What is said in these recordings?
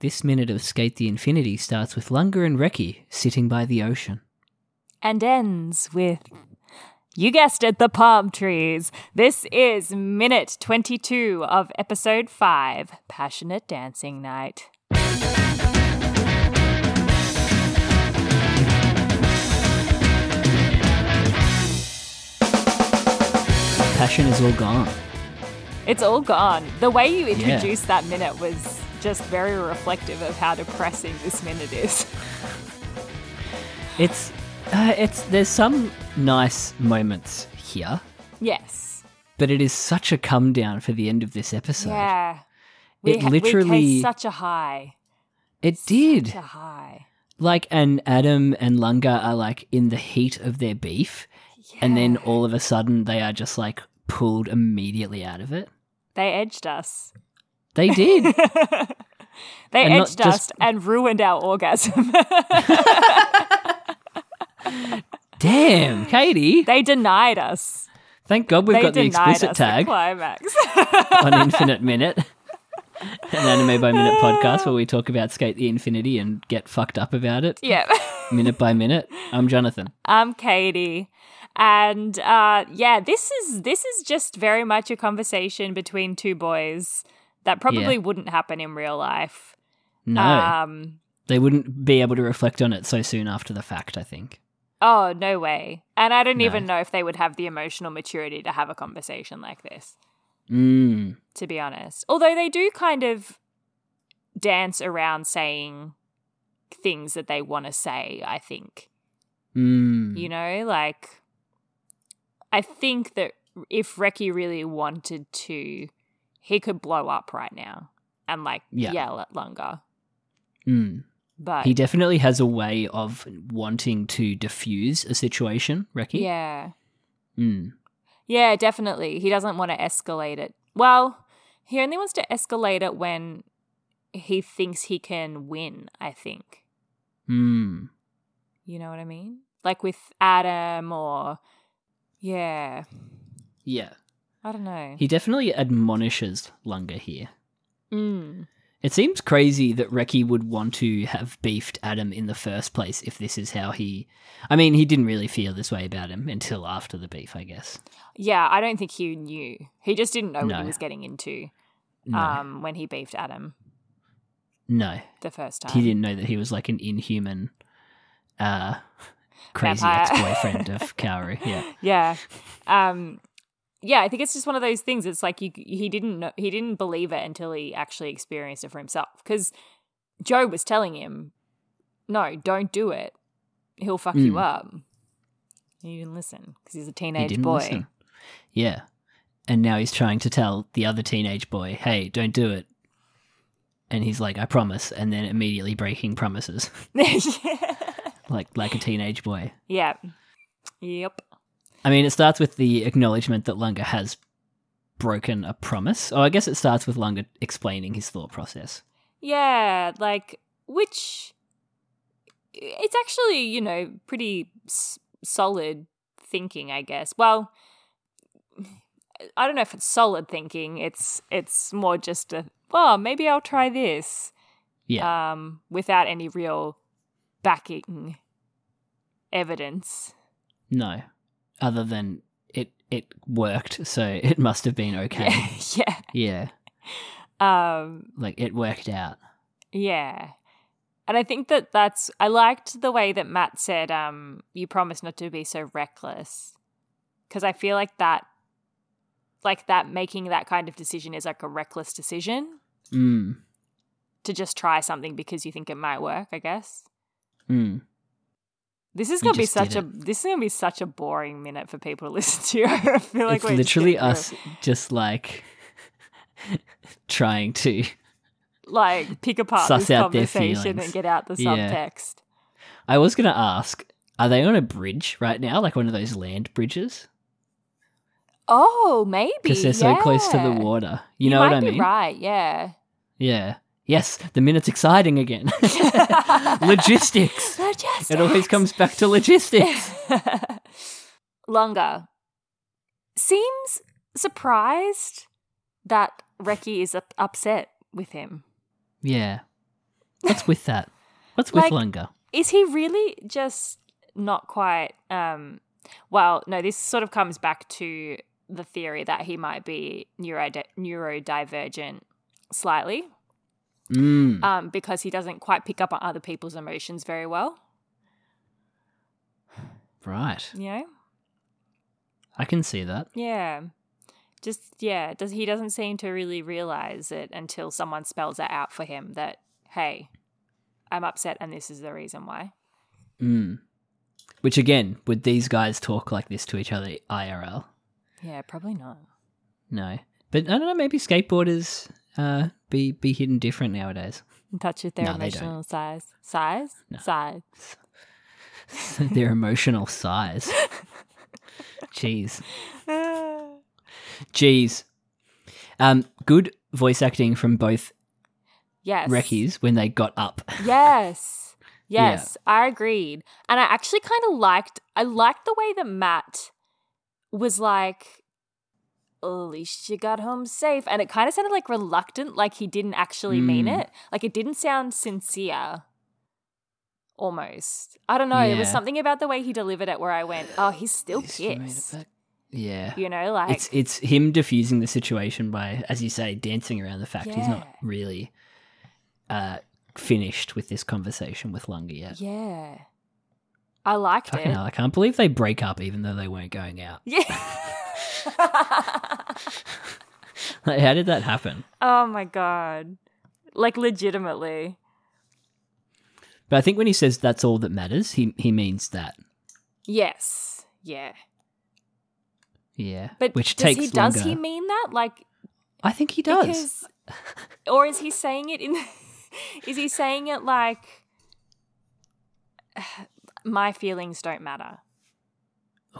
This minute of Skate the Infinity starts with Lunga and Reki sitting by the ocean. and ends with you guessed it the palm trees this is minute 22 of episode 5 passionate dancing night Passion is all gone. it's all gone the way you Yeah. introduced that minute was just very reflective of how depressing this minute is It's, uh, it's there's some nice moments here, yes but it is such a come down for the end of this episode. yeah we, It ha- we literally- case such a high It did. such a high Like, and Adam and Lunga are like in the heat of their beef, and then Yeah. all of a sudden they are just like pulled immediately out of it. they edged us They did. they And not edged just- us and ruined our orgasm Damn, Katie. they denied us Thank God we've they got the denied explicit us the tag climax. on Infinite Minute, an anime by minute podcast where we talk about Skate the Infinity and get fucked up about it yeah. minute by minute. I'm Jonathan. I'm Katie. And uh, yeah, this is this is just very much a conversation between two boys that probably Yeah. wouldn't happen in real life. No, Um they wouldn't be able to reflect on it so soon after the fact, I think. oh, no way. And I don't No. even know if they would have the emotional maturity to have a conversation like this, Mm. to be honest. Although they do kind of dance around saying things that they want to say, I think. Mm. You know, like I think that if Reki really wanted to, he could blow up right now and like Yeah. yell at Lunga. Mm. But He definitely has a way of wanting to diffuse a situation, Reki. yeah, Mm. yeah, definitely. He doesn't want to escalate it. Well, he only wants to escalate it when he thinks he can win. I think Mm. you know what I mean. Like with Adam or yeah, Yeah. I don't know. He definitely admonishes Lunga here. mm. It seems crazy that Reki would want to have beefed Adam in the first place if this is how he. I mean, he didn't really feel this way about him until after the beef, I guess. Yeah, I don't think he knew. He just didn't know what No. he was getting into. No. um, when he beefed Adam no. the first time. He didn't know that he was like an inhuman, uh, crazy Vampire. ex boyfriend of Kaoru. Yeah. Yeah. Um, yeah, I think it's just one of those things. It's like you, he didn't know, he didn't believe it until he actually experienced it for himself. Because Joe was telling him, "No, don't do it. He'll fuck you Mm. up." And he didn't listen because he's a He teenage didn't boy. listen. Yeah. And now he's trying to tell the other teenage boy, hey, don't do it. And he's like, I promise. And then immediately breaking promises, like like a teenage boy. yeah. Yep. I mean, it starts with the acknowledgement that Lunga has broken a promise. Oh, I guess it starts with Lunga explaining his thought process. Yeah, like which it's actually, you know, pretty s- solid thinking, I guess. Well, I don't know if it's solid thinking. It's it's more just a oh, maybe I'll try this. Yeah. Um without any real backing evidence. no. Other than it it worked, so it must have been okay. yeah. yeah. Um Like it worked out. Yeah. And I think that that's I liked the way that Matt said um you promise not to be so reckless. Cuz I feel like that like that making that kind of decision is like a reckless decision Mm. to just try something because you think it might work, I guess. Mm. This is You going to be just did such a this is going to be such a boring minute for people to listen to. I feel like it's we're just literally getting through- us just like trying to. like pick apart Suss this out their conversation feelings. and get out the Yeah. subtext. I was going to ask, are they on a bridge right now, like one of those land bridges? Oh, maybe Because they're so close to the yeah. water. You, know what might I be mean? Right? Yeah. Yeah. Yes, the minute's exciting again. logistics. Logistics. It always comes back to logistics. Lunga seems surprised that Reki is up- upset with him. Yeah. What's with that? What's with Like- Lunga? Is he really just not quite? Um, well, no, this sort of comes back to the theory that he might be neurodi- neurodivergent slightly Mm. um, because he doesn't quite pick up on other people's emotions very well, right. you know? I can see that. Yeah. Just yeah, does he doesn't seem to really realize it until someone spells it out for him that hey, I'm upset and this is the reason why. Mm. Which again, would these guys talk like this to each other IRL? Yeah, probably not. No. But I don't know, maybe skateboarders uh, be be hidden different nowadays. In touch with their No, they don't. emotional size. Size? No. Size. Their emotional size. Jeez. Jeez. Um, good voice acting from both yes. Reckies when they got up. Yes. Yeah. Yes, I agreed. And I actually kind of liked I liked the way that Matt was like at least you got home safe and it kind of sounded like reluctant like he didn't actually mean Mm. it. Like it didn't sound sincere. Almost. I don't know, there was Yeah. something about the way he delivered it where I went, "Oh, he's still Just made it pissed." back. Yeah. You know, like it's it's him diffusing the situation by, as you say, dancing around the fact he's not Yeah. really uh, finished with this conversation with Lunga yet. yeah. I liked Fucking it. hell, I can't believe they break up even though they weren't going out. Yeah. Like, how did that happen? Oh my god. Like legitimately. But I think when he says that's all that matters, he he means that. Yes. Yeah. Yeah. But Which does takes he does longer. he mean that? Like I think he does. because or is he saying it in is he saying it like my feelings don't matter.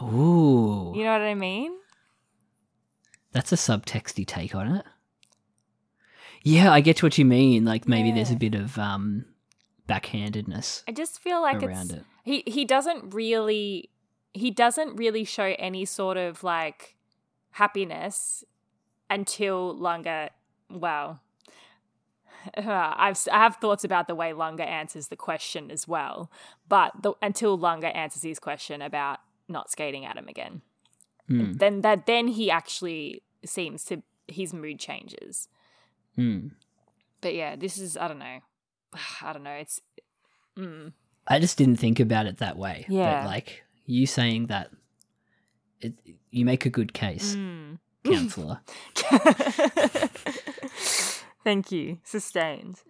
Ooh. You know what I mean? That's a subtexty take on it. Yeah, I get what you mean. Like maybe there's a Yeah. bit of um backhandedness I just feel like around it's it. he he doesn't really he doesn't really show any sort of like happiness until Lunga. Well, I've s- I have thoughts about the way Lunga answers the question as well, but the, until Lunga answers his question about not skating at him again, Mm, then that then he actually seems to his mood changes. mm. But yeah, this is I don't know, I don't know. It's mm, I just didn't think about it that way. Yeah. But like you saying that, it, you make a good case, mm. counselor. Thank you. Sustained.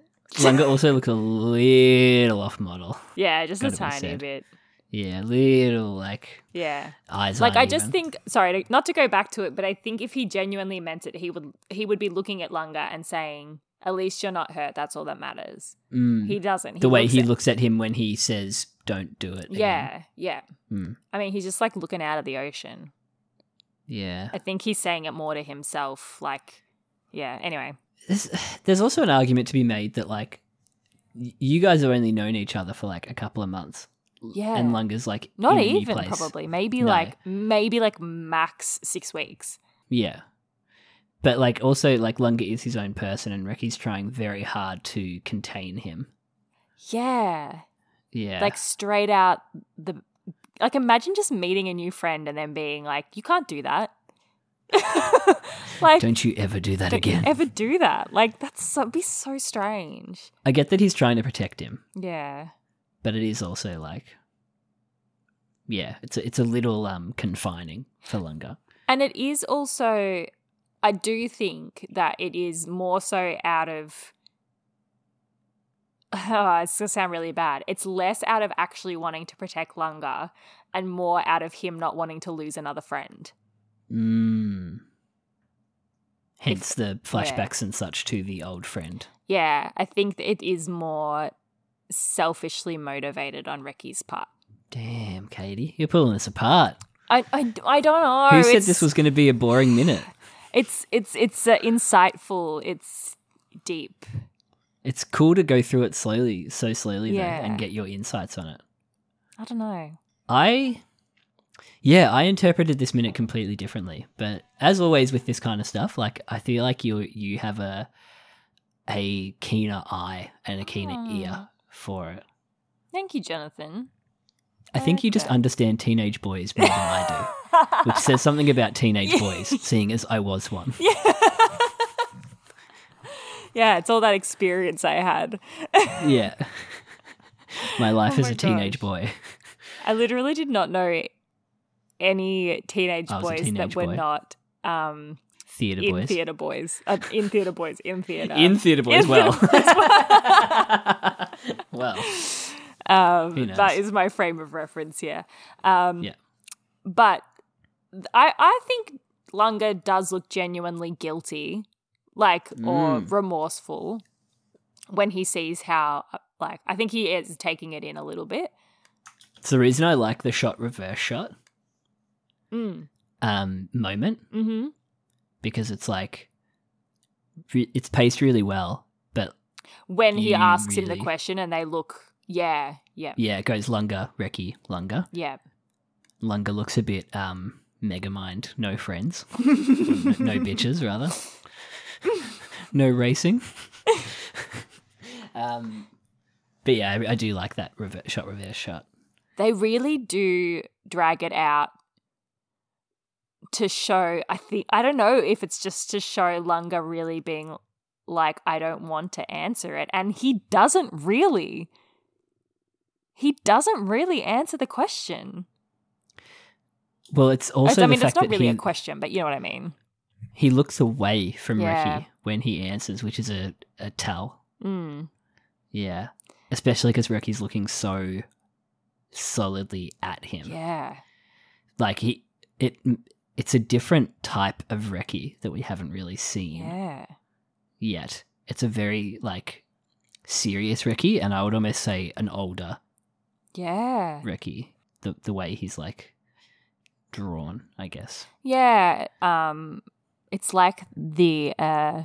Lunga also looked a little off model. Yeah, just Gotta be a tiny said. bit. Yeah, little like Yeah. eyes. Like I aren't just even. think sorry, to- not to go back to it, but I think if he genuinely meant it, he would he would be looking at Lunga and saying, "At least you're not hurt. That's all that matters." Mm. He doesn't. the way looks he at- looks at him when he says, "Don't do it." again. Yeah, yeah. Mm. I mean, he's just like looking out of the ocean. Yeah. I think he's saying it more to himself like yeah, anyway. There's, there's also an argument to be made that like y- you guys have only known each other for like a couple of months. Yeah. And Lunga's like Not in a new even place. probably. Maybe No. like maybe like max 6 weeks. Yeah. But like also like Lunga is his own person and Reki's trying very hard to contain him. Yeah. Yeah. Like straight out the like imagine just meeting a new friend and then being like, you can't do that. like don't you ever do that don't again. ever do that. Like that's so be so strange. I get that he's trying to protect him, Yeah. but it is also like yeah, it's a, it's a little um confining for Lunga. And it is also I do think that it is more so out of oh, it's gonna sound really bad. It's less out of actually wanting to protect Lunga and more out of him not wanting to lose another friend. Mm. Hence the flashbacks and such to the old friend. Yeah, I think that it is more selfishly motivated on Ricky's part. Damn, Katie, you're pulling us apart. I, I, I don't know. Who said Oh, it's, this was going to be a boring minute? It's it's it's uh, insightful. It's deep. It's cool to go through it slowly, so slowly Yeah. though, and get your insights on it. I don't know. I, yeah, I interpreted this minute completely differently. But as always with this kind of stuff, like I feel like you you have a a keener eye and a keener Hmm. ear for it. Thank you, Jonathan. I think you just Okay. understand teenage boys more than I do, which says something about teenage boys, seeing as I was one. Yeah, it's all that experience I had. Yeah. My life Oh as my a teenage gosh. boy. I literally did not know any teenage I was Oh, a boys that teenage were boy. not um, Theatre in boys. theater boys, uh, in theater boys, in theater, In theatre boys, In well. theatre boys, well, Who um, knows? that is my frame of reference here. Um, Yeah. but th- I I think Lunga does look genuinely guilty, like or remorseful when he sees how uh, like I think he is taking it in a little bit. it's the reason I like the shot reverse shot Mm. um, moment Mm-hmm. because it's like re- it's paced really well, but when he You asks him the really- question and they look, yeah, yeah, yeah, it goes Lunga, Reki, Lunga. yeah. Lunga looks a bit um, Megamind, no friends, no, no bitches rather, no racing. um, but yeah, I, I do like that rever shot reverse shot. They really do drag it out to show, I think, I don't know if it's just to show Lunga really being like, I don't want to answer it. And he doesn't really. He doesn't really answer the question. Well, it's also I the mean, fact it's not that really he, a question, but you know what I mean. he looks away from Yeah. Ricky when he answers, which is a, a tell. Mm. Yeah. Especially because Ricky's looking so solidly at him. Yeah. Like he it it's a different type of Ricky that we haven't really seen Yeah. yet. It's a very like serious Ricky and I would almost say an older Yeah. Ricky. The the way he's like drawn, I guess. Yeah, um, it's like the uh,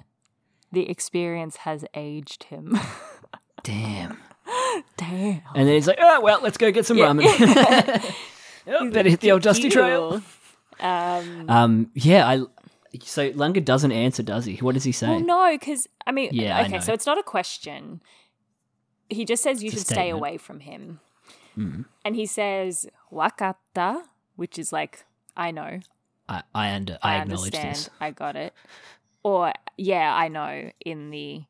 the experience has aged him. Damn. Damn, And then he's like, "Oh, well, let's go get some Yeah. ramen." oh, better hit the old dusty trail. Ew. Um, Um, yeah, I. So Lunga doesn't answer, does he? What does he say? well, no, because I mean, Yeah, I okay, know. so it's not a question. He just says you It's a should stay statement. away from him, Mm. and he says wakata, which is like I know, I, I under, I, I, acknowledge understand, this. I got it, or yeah, I know in the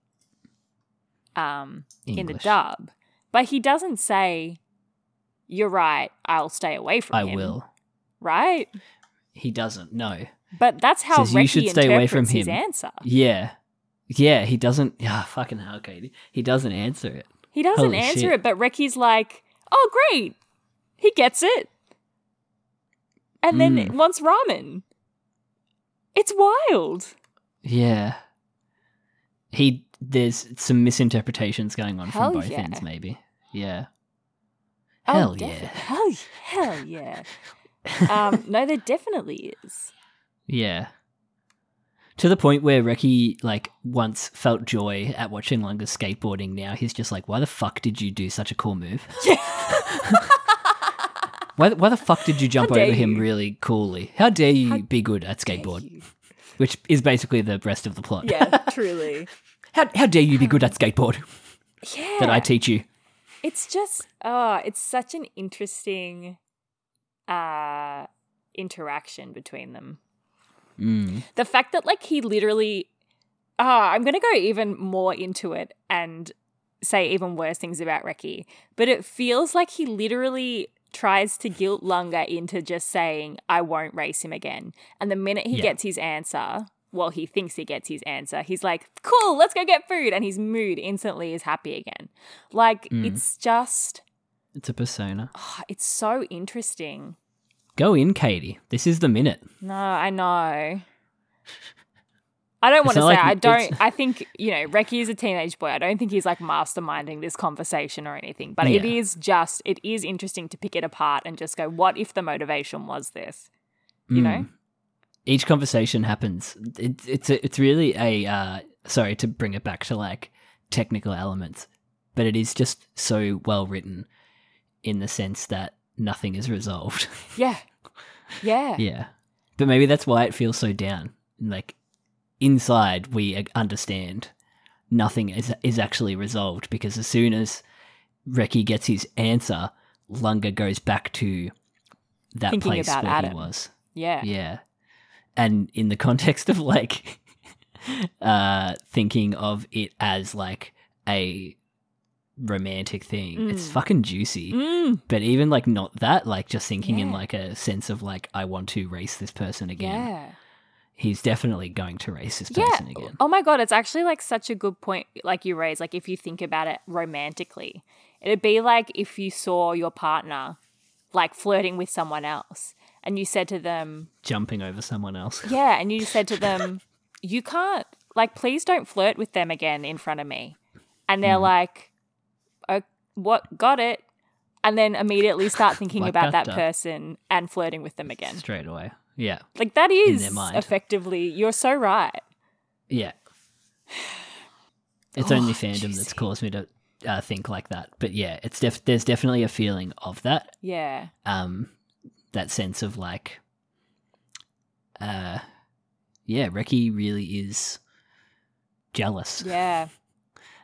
um in the English. dub. But he doesn't say, You're right, I'll stay away from I him. will. Right? He doesn't. No. But that's how Says, "You Reki should stay away interprets from his him." answer. Yeah. Yeah. He doesn't. Ah, fucking hell, Katie. He doesn't answer it. He doesn't Holy answer shit. it, but Reki's like, Oh great. He gets it. And then Mm. wants ramen. It's wild. Yeah. He there's some misinterpretations going on Hell from both yeah. ends, maybe. Yeah. Oh, Hell defi- yeah. Hell, hell yeah. um, no, there definitely is. Yeah. To the point where Reki like once felt joy at watching Lunga skateboarding. Now he's just like, why the fuck did you do such a cool move? why, the- why the fuck did you jump How dare over him you. really coolly? How dare you be good at skateboard? Which is basically the rest of the plot. Yeah, truly. How, how dare you be good at skateboard Yeah. that I teach you? it's just oh it's such an interesting uh interaction between them Mm. the fact that like he literally ah i'm gonna go even more into it and say even worse things about reki but it feels like he literally tries to guilt lunga into just saying i won't race him again and the minute he Yeah. gets his answer well he thinks he gets his answer he's like cool let's go get food and his mood instantly is happy again like Mm. it's just It's a persona. Ah, it's so interesting. Go in, Katie. This is the minute. No, I know. I don't want It's to say not like I don't. it's- I think you know Reki is a teenage boy. I don't think he's like masterminding this conversation or anything. But it Yeah. is just it is interesting to pick it apart and just go, what if the motivation was this? You know? Mm. each conversation happens. It, it's a, it's really a uh, sorry to bring it back to like technical elements, but it is just so well written in the sense that nothing is resolved. Yeah, yeah, yeah, but maybe that's why it feels so down. Like inside, we uh, understand nothing is is actually resolved because as soon as Reki gets his answer, Lunga goes back to that Thinking place about where Adam. he was yeah, yeah and in the context of like uh thinking of it as like a romantic thing it's Mm. fucking juicy Mm, but even like not that like just thinking in Yeah. like a sense of like i want to race this person again yeah. he's definitely going to race this Yeah. person again Oh my god, it's actually like such a good point like you raised, like if you think about it romantically. It'd be like if you saw your partner like flirting with someone else and you said to them, jumping over someone else yeah, and you said to them, you can't like please don't flirt with them again in front of me. And Mm. they're like, "Oh, what got it?" And then immediately start thinking Like about that, that uh, person and flirting with them again. straight away yeah Like that is mind. effectively, you're so right. yeah it's Oh, only fandom that's juicy. caused me to uh, think like that but yeah it's def- there's definitely a feeling of that Yeah. um that sense of like uh yeah Reki really is jealous Yeah.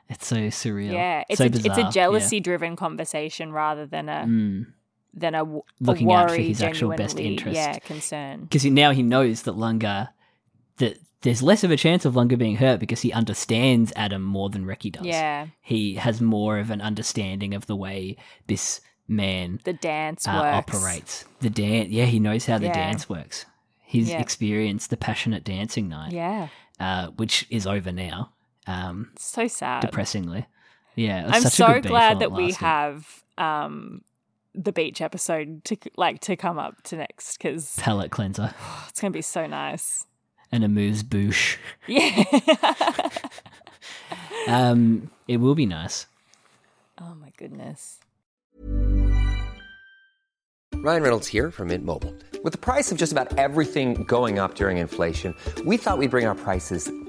it's so surreal Yeah, it's so a, bizarre. it's a jealousy-driven conversation rather than yeah. a mm. than a, w- a Looking worry, out for his actual best genuinely, interest. Yeah, concern. because now he knows that Lunga that there's less of a chance of Lunga being hurt because he understands Adam more than Reki does Yeah, he has more of an understanding of the way this man the dance uh, works. operates the dance yeah he knows how the Yeah. dance works he's Yeah. experienced the passionate dancing night Yeah, uh, which is over now, um, it's so sad. depressingly. Yeah, it was I'm such a so good band glad while it that we lasted. have um the beach episode to c- like to come up to next because palate cleanser it's gonna be so nice. and a moose boosh. Yeah. Um, it will be nice. oh my goodness. Ryan Reynolds here from Mint Mobile. With the price of just about everything going up during inflation, we thought we'd bring our prices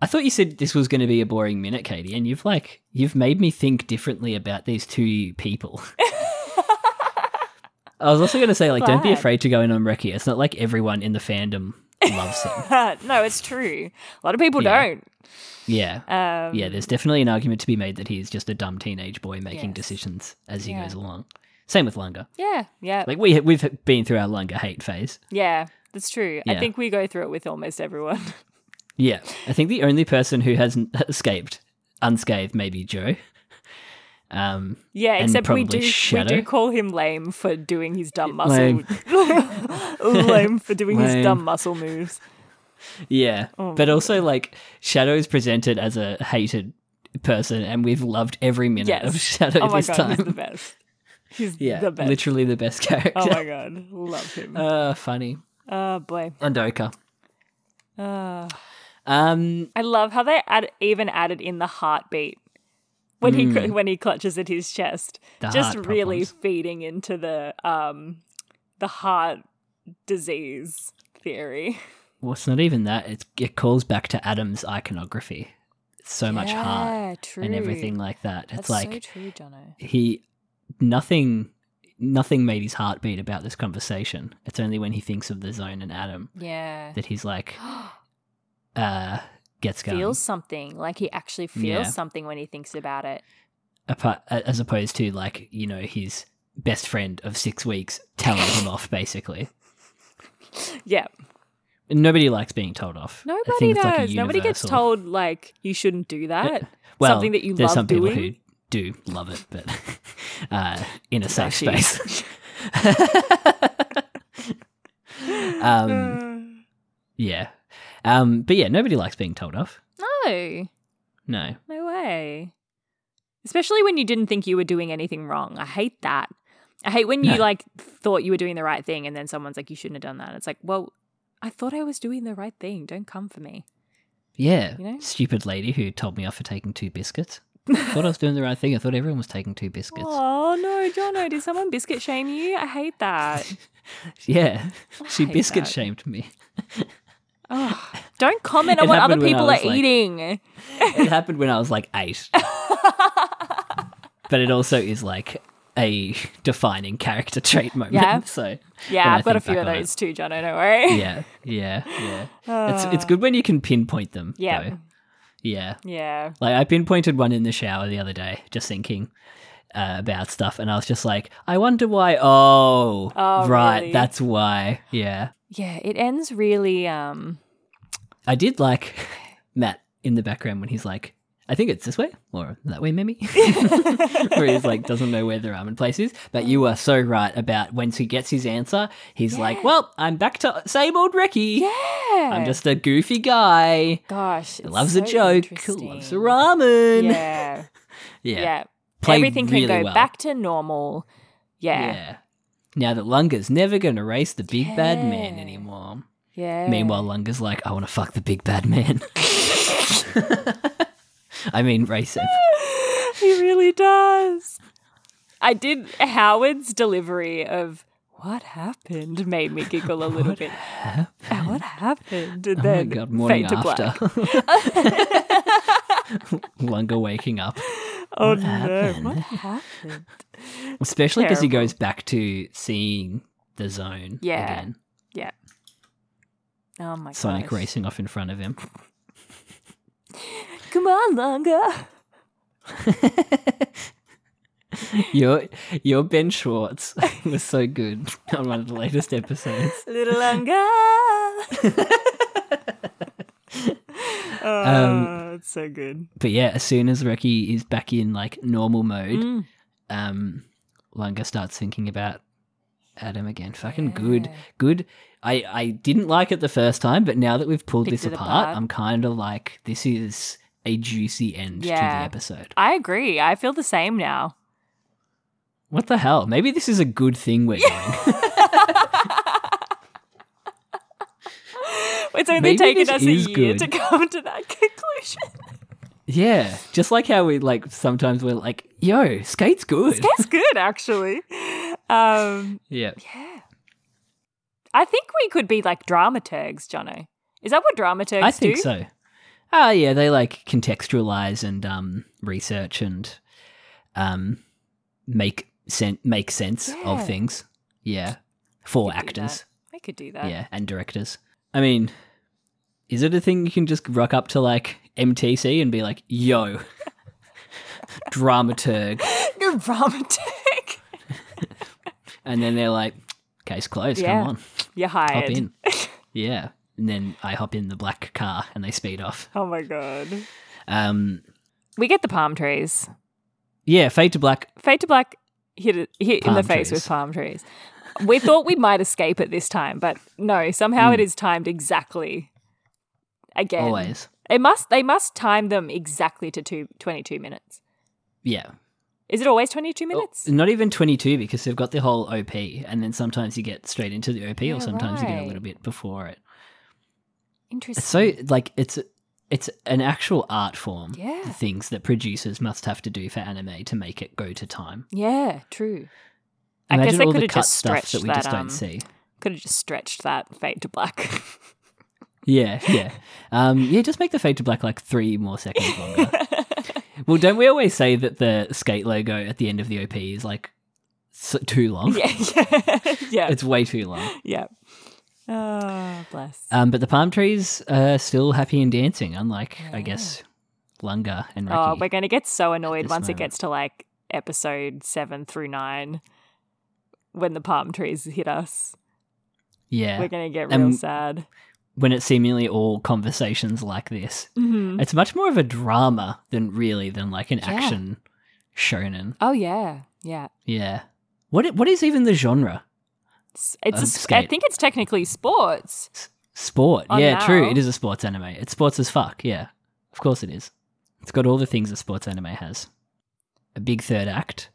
I thought you said this was going to be a boring minute, Katie, and you've like you've made me think differently about these two people. I was also going to say like, don't be Glad. afraid to go in on Reki. It's not like everyone in the fandom loves him. no, it's true. A lot of people Yeah. don't. Yeah, Um, yeah. There's definitely an argument to be made that he's just a dumb teenage boy making Yes. decisions as he Yeah. goes along. Same with Lunga. yeah, yeah. Like we we've been through our Lunga hate phase. Yeah, that's true. I Yeah. think we go through it with almost everyone. Yeah, I think the only person who hasn't escaped unscathed may be Joe. Um, yeah, And except we probably do we Shadow. do call him lame for doing his dumb muscle. Lame. Lame, for doing his Lame. dumb muscle moves. yeah, Oh but also like Shadow is presented as a hated person, and we've loved every minute Yes. of Shadow oh my this god, he's the time. best. He's Yeah, the best. literally the best character. Oh my god, love him. Oh Uh, funny boy, Uh, and Oka. Um, I love how they add, even added in the heartbeat when he cl- when he clutches at his chest, Hmm. The just heart really problems. feeding into the um the heart disease theory. well, it's not even that. It's, it calls back to Adam's iconography. so much heart Yeah, true. and everything like that. It's That's like so true, Jono. he nothing nothing made his heart beat about this conversation. It's only when he thinks of the zone and Adam Yeah. that he's like uh gets going. feels something. Like he actually feels Yeah. something when he thinks about it. apart, as opposed to like you know his best friend of six weeks telling him off basically Yeah. And nobody likes being told off I Nobody think does. it's like a Nobody gets universal- told like you shouldn't do that. well something that you there's love some people doing. who do love it but uh in a safe actually- space um Uh. yeah um but yeah nobody likes being told off No, no no way. Especially when you didn't think you were doing anything wrong. I hate that. I hate when No. you like thought you were doing the right thing and then someone's like, you shouldn't have done that. It's like, well, I thought I was doing the right thing. Don't come for me. yeah You know? stupid lady who told me off for taking two biscuits thought i was doing the right thing i thought everyone was taking two biscuits Oh no, Jono, did someone biscuit shame you? I hate that. yeah she hate biscuit that. shamed me Don't comment on It what other happened when I people are was, like- eating. it happened when I was like eight. but it also is like a defining character trait moment. Yeah. So when Yeah, I I've got a think few back of on it- those too, Jono, don't worry. Yeah, yeah, yeah. it's it's good when you can pinpoint them. Uh. Yeah. though. yeah. Yeah. Like I pinpointed one in the shower the other day, just thinking uh, about stuff, and I was just like, I wonder why. Oh, Oh, right, really? that's why. Yeah, Yeah, it ends really um I did like Matt in the background when he's like, I think it's this way or that way, maybe. where he's like, doesn't know where the ramen place is. But you are so right about once he gets his answer, he's like, well, I'm back to same old Ricky. Yeah. I'm just a goofy guy. gosh. It Loves a joke. Loves ramen. Yeah. Yeah. Yeah. Played Everything can really go well. back to normal. Yeah. Yeah. Now that Lunga's never going to race the big bad man anymore. Yeah. Meanwhile, Lunga's like, I want to fuck the big bad man. I mean, race him. He really does. I did Howard's delivery of what happened made me giggle a little bit. What happened? And Oh my then god, morning fade to black. after. Lunga waking up. Oh no, what happened? Especially because he Terrible. goes back to seeing the zone Yeah. again. Yeah. Oh my god. Sonic racing off in front of him. Come on, Lunga. Your your Ben Schwartz was so good on one of the latest episodes. Little Lunga. oh, Um, it's so good. But yeah, as soon as Reki is back in like normal mode, Mm. um, Lunga starts thinking about Adam again. Fucking good, good. I I didn't like it the first time, but now that we've pulled Picked this it apart, apart. I'm kind of like this is a juicy end to Yeah. the episode. I agree. I feel the same now. What the hell? Maybe this is a good thing we're doing. It's only Maybe taken this us a is year good. to come to that conclusion. yeah, just like how we like sometimes we're like, yo, skate's good. That's good, actually. Um, yeah. I think we could be like dramaturgs, Jono. Is that what dramaturgs I think do? so. Ah, yeah, they like contextualize and um, research and um, make sen- make sense Yeah. of things. Yeah, for actors. We could do that. Yeah, and directors. I mean, is it a thing you can just rock up to like MTC and be like, "Yo, dramaturg," You're a dramaturg. and then they're like, "Case closed. Yeah. Come on, You're hired. hop in." yeah, and then I hop in the black car and they speed off. Oh my god. Um, We get the palm trees. yeah, fade to black. Fade to black hit, it, hit in Palm the face trees. with palm trees. We thought we might escape it this time, but no, somehow it is timed exactly again. Hmm. Always. It must they must time them exactly to two, 22 minutes. Yeah. Is it always Oh, 22 minutes? Not even 22 because they've got the whole OP, and then sometimes you get straight into the OP, Yeah, or sometimes you get a right. little bit before it. It's Interesting. so like it's it's an actual art form. Yeah. The things that producers must have to do for anime to make it go to time. yeah, true. I guess Imagine they all could the have cut just stuff stretched um, that we that, just um, don't see. Could have just stretched that fade to black. Yeah, yeah. Um, yeah, just make the fade to black like three more seconds longer. well, don't we always say that the skate logo at the end of the OP is like s too long? Yeah, yeah, yeah. It's way too long. yeah. Oh, bless. Um, but the palm trees are still happy and dancing, unlike, I guess, Lunga and Ricky. Oh, we're going to get so annoyed this once moment. it gets to like episode seven through nine when the palm trees hit us. yeah. We're going to get real And- sad. when it's seemingly all conversations like this. Mm-hmm. It's much more of a drama than really than like an action shonen. Oh, yeah. Yeah. Yeah. What i- what is even the genre? It's, it's Um, a s- I skate. think it's technically sports. Sport. Oh, yeah, true. no. It is a sports anime. It's sports as fuck. Yeah. Of course it is. It's got all the things a sports anime has. A big third act.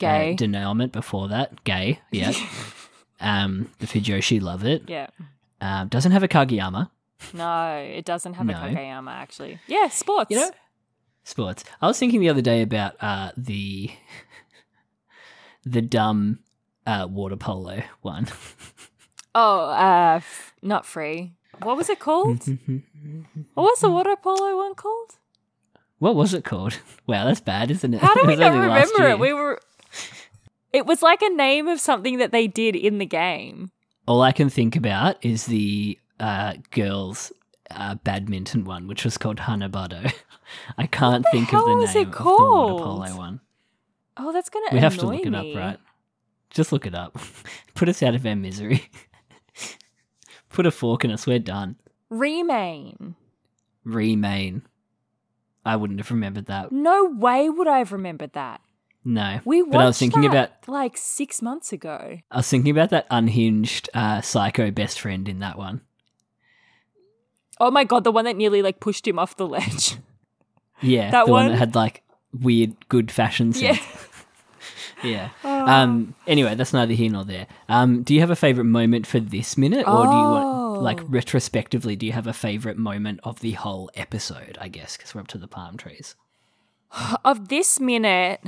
uh, Gay. denouement before that. Gay. Yeah. um the Fujoshi love it. yeah. Um doesn't have a Kageyama. No, it doesn't have No. a Kageyama, actually. Yeah, sports. You know, sports. I was thinking the other day about uh, the the dumb uh, water polo one. Oh, uh, f- not free. What was it called? Mm-hmm. what was the water polo one called? what was it called? Wow, that's bad, isn't it? How do It we was not only last remember year. it? We were. It was like a name of something that they did in the game. All I can think about is the uh, girls uh, badminton one, which was called Hanabado. I can't the think of the hell name was it of the water called? polo one. Oh, that's gonna. We have to annoy look it up, me. right? Just look it up. Put us out of our misery. Put a fork in us. We're done. Remain. Remain. I wouldn't have remembered that. No way would I have remembered that. No. We watched but I was thinking that about like six months ago. I was thinking about that unhinged uh, psycho best friend in that one. Oh my god, the one that nearly like pushed him off the ledge. Yeah, That the one? one? that had like weird good fashion sense. yeah. Yeah. Oh. Um anyway, that's neither here nor there. Um do you have a favorite moment for this minute or do you want like Oh. retrospectively do you have a favorite moment of the whole episode, I guess, cuz we're up to the palm trees. of this minute,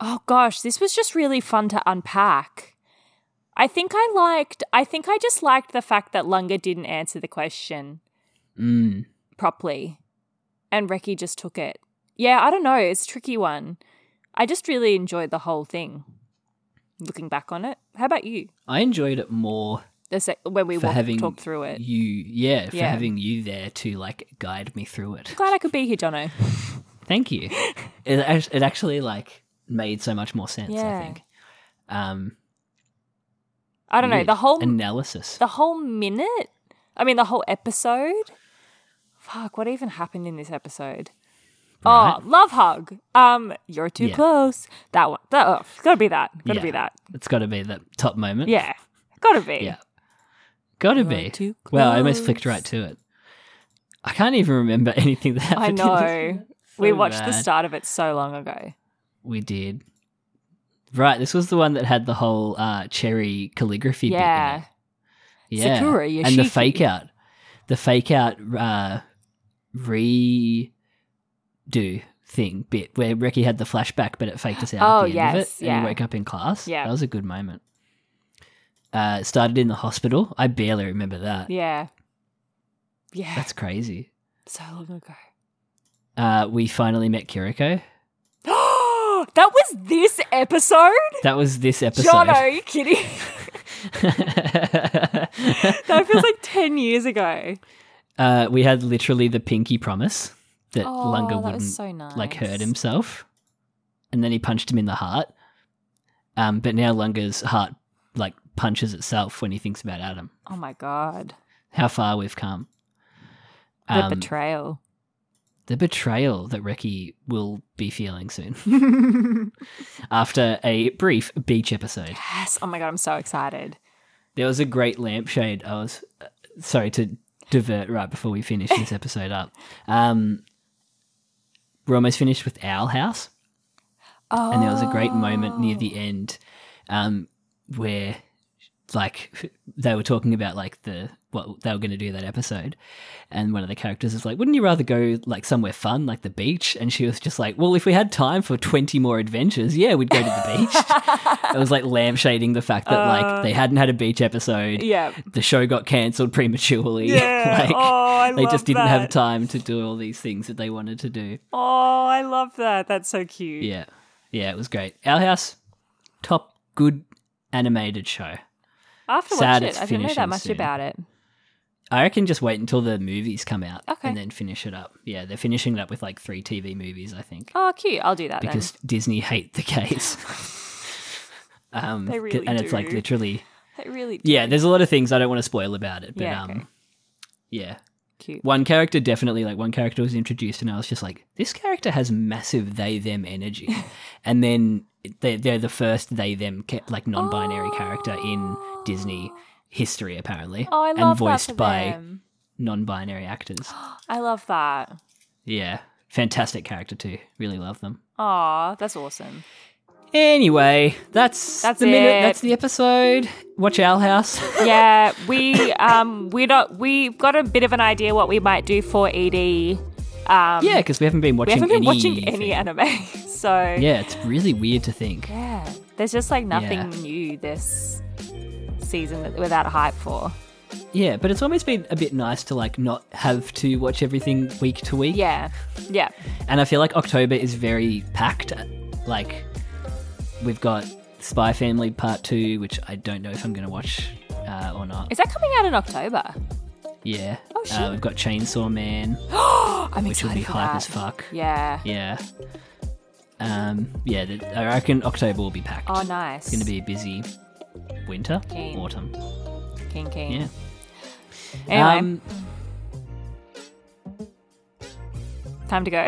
oh gosh, this was just really fun to unpack. I think I liked, I think I just liked the fact that Lunga didn't answer the question Mm. properly and Reki just took it. Yeah, I don't know. It's a tricky one. I just really enjoyed the whole thing looking back on it. How about you? I enjoyed it more The sec- when we for walk, having talked through it. You yeah, for Yeah. having you there to like guide me through it. Glad I could be here, Jono. Thank you. It, act- it actually like made so much more sense. I Yeah. think. Um, I don't know. weird The whole analysis. the whole minute i mean the whole episode fuck what even happened in this episode Right. oh love hug um you're too Yeah. close that one that, oh, it's gotta be that gotta be Yeah. that It's got to be the top moment. yeah gotta be Yeah. Got to be. too Well, I almost close. flicked right to it. I can't even remember anything that i happened. in this know one. we So watched the bad. start of it so long ago We did. Right, this was the one that had the whole uh, cherry calligraphy bit. in yeah it. Yeah. Sakura And the Yoshiki. fake out. The fake out uh, redo thing bit where Reki had the flashback but it faked us out at Oh, the end yes, of it. And yeah. he woke up in class. Yeah. That was a good moment. Uh, it started in the hospital. I barely remember that. yeah yeah That's crazy. so long ago Uh, we finally met Kiriko. that was this episode, That was this episode. Jono, are you kidding that feels like 10 years ago uh, we had literally the pinky promise that Oh, Lunga that was wouldn't so like hurt nice. himself, and then he punched him in the heart. Um, but now Lunga's heart like punches itself when he thinks about Adam. Oh my god. How far we've come. The Um, betrayal. the betrayal that Reki will be feeling soon after a brief beach episode. Yes. Oh my god, I'm so excited. There was a great lampshade. I was uh, sorry to divert right before we finish this episode up. Um, we're almost finished with Owl House, Oh. and there was a great moment near the end um, where like they were talking about like the what they were going to do that episode and one of the characters is like wouldn't you rather go like somewhere fun like the beach and she was just like well if we had time for 20 more adventures yeah we'd go to the beach it was like lampshading the fact that like they hadn't had a beach episode Yeah. the show got cancelled prematurely Yeah. like Oh, I they love just didn't have that. time to do all these things that they wanted to do Oh, I love that. That's so cute. yeah yeah it was great our house top good animated show I have to Sad watch it's it. I don't know that finishing much soon. about it. I reckon just wait until the movies come out Okay. and then finish it up. Yeah, they're finishing it up with like three TV movies, I think, Oh, cute. I'll do that because Disney hate the case. um, They c- really and it's like do. literally, then. I really do. yeah. There's a lot of things I don't want to spoil about it, but Yeah, okay. um, yeah. Cute. One character definitely, like one character was introduced, and I was just like, this character has massive they them energy, and then they're, they're the first they them ca- like non binary character in Disney history apparently, Oh, I love and voiced that for by them. non-binary actors. I love that. Yeah, fantastic character too. Really love them. Aw, that's awesome. Anyway, that's That's the it. minute. That's the episode. Watch Owl House. Yeah, we um we don't we've got a bit of an idea what we might do for ED. Um, yeah, because we haven't been we watching. haven't been watching anything. any anime, so Yeah, it's really weird to think. yeah, there's just like nothing Yeah. new this season that we're that hype for. Yeah, but it's always been a bit nice to like not have to watch everything week to week. Yeah, yeah, and I feel like October is very packed. Like we've got Spy Family Part Two, which I don't know if I'm going to watch uh, or not. is that coming out in October? yeah. Oh, shit. Uh, we've got Chainsaw Man, I'm Oh, which will excited be for hype that. as fuck. Yeah. Yeah. Um, yeah, th- I reckon October will be packed. Oh, nice. It's going to be a busy winter, Keen. autumn. King King. Yeah. Anyway, Um, time to go.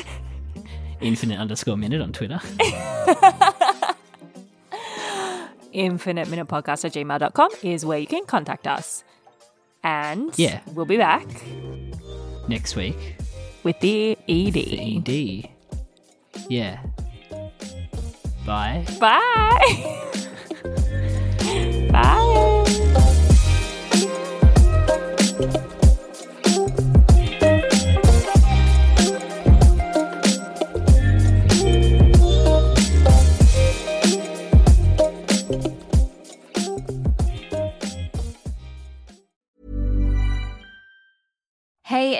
infinite underscore minute on Twitter. Infinite Minute Podcast at gmail.com is where you can contact us. And Yeah. we'll be back Next week, with the E ED. the E ED. Yeah. Bye. Bye. Bye. Hey,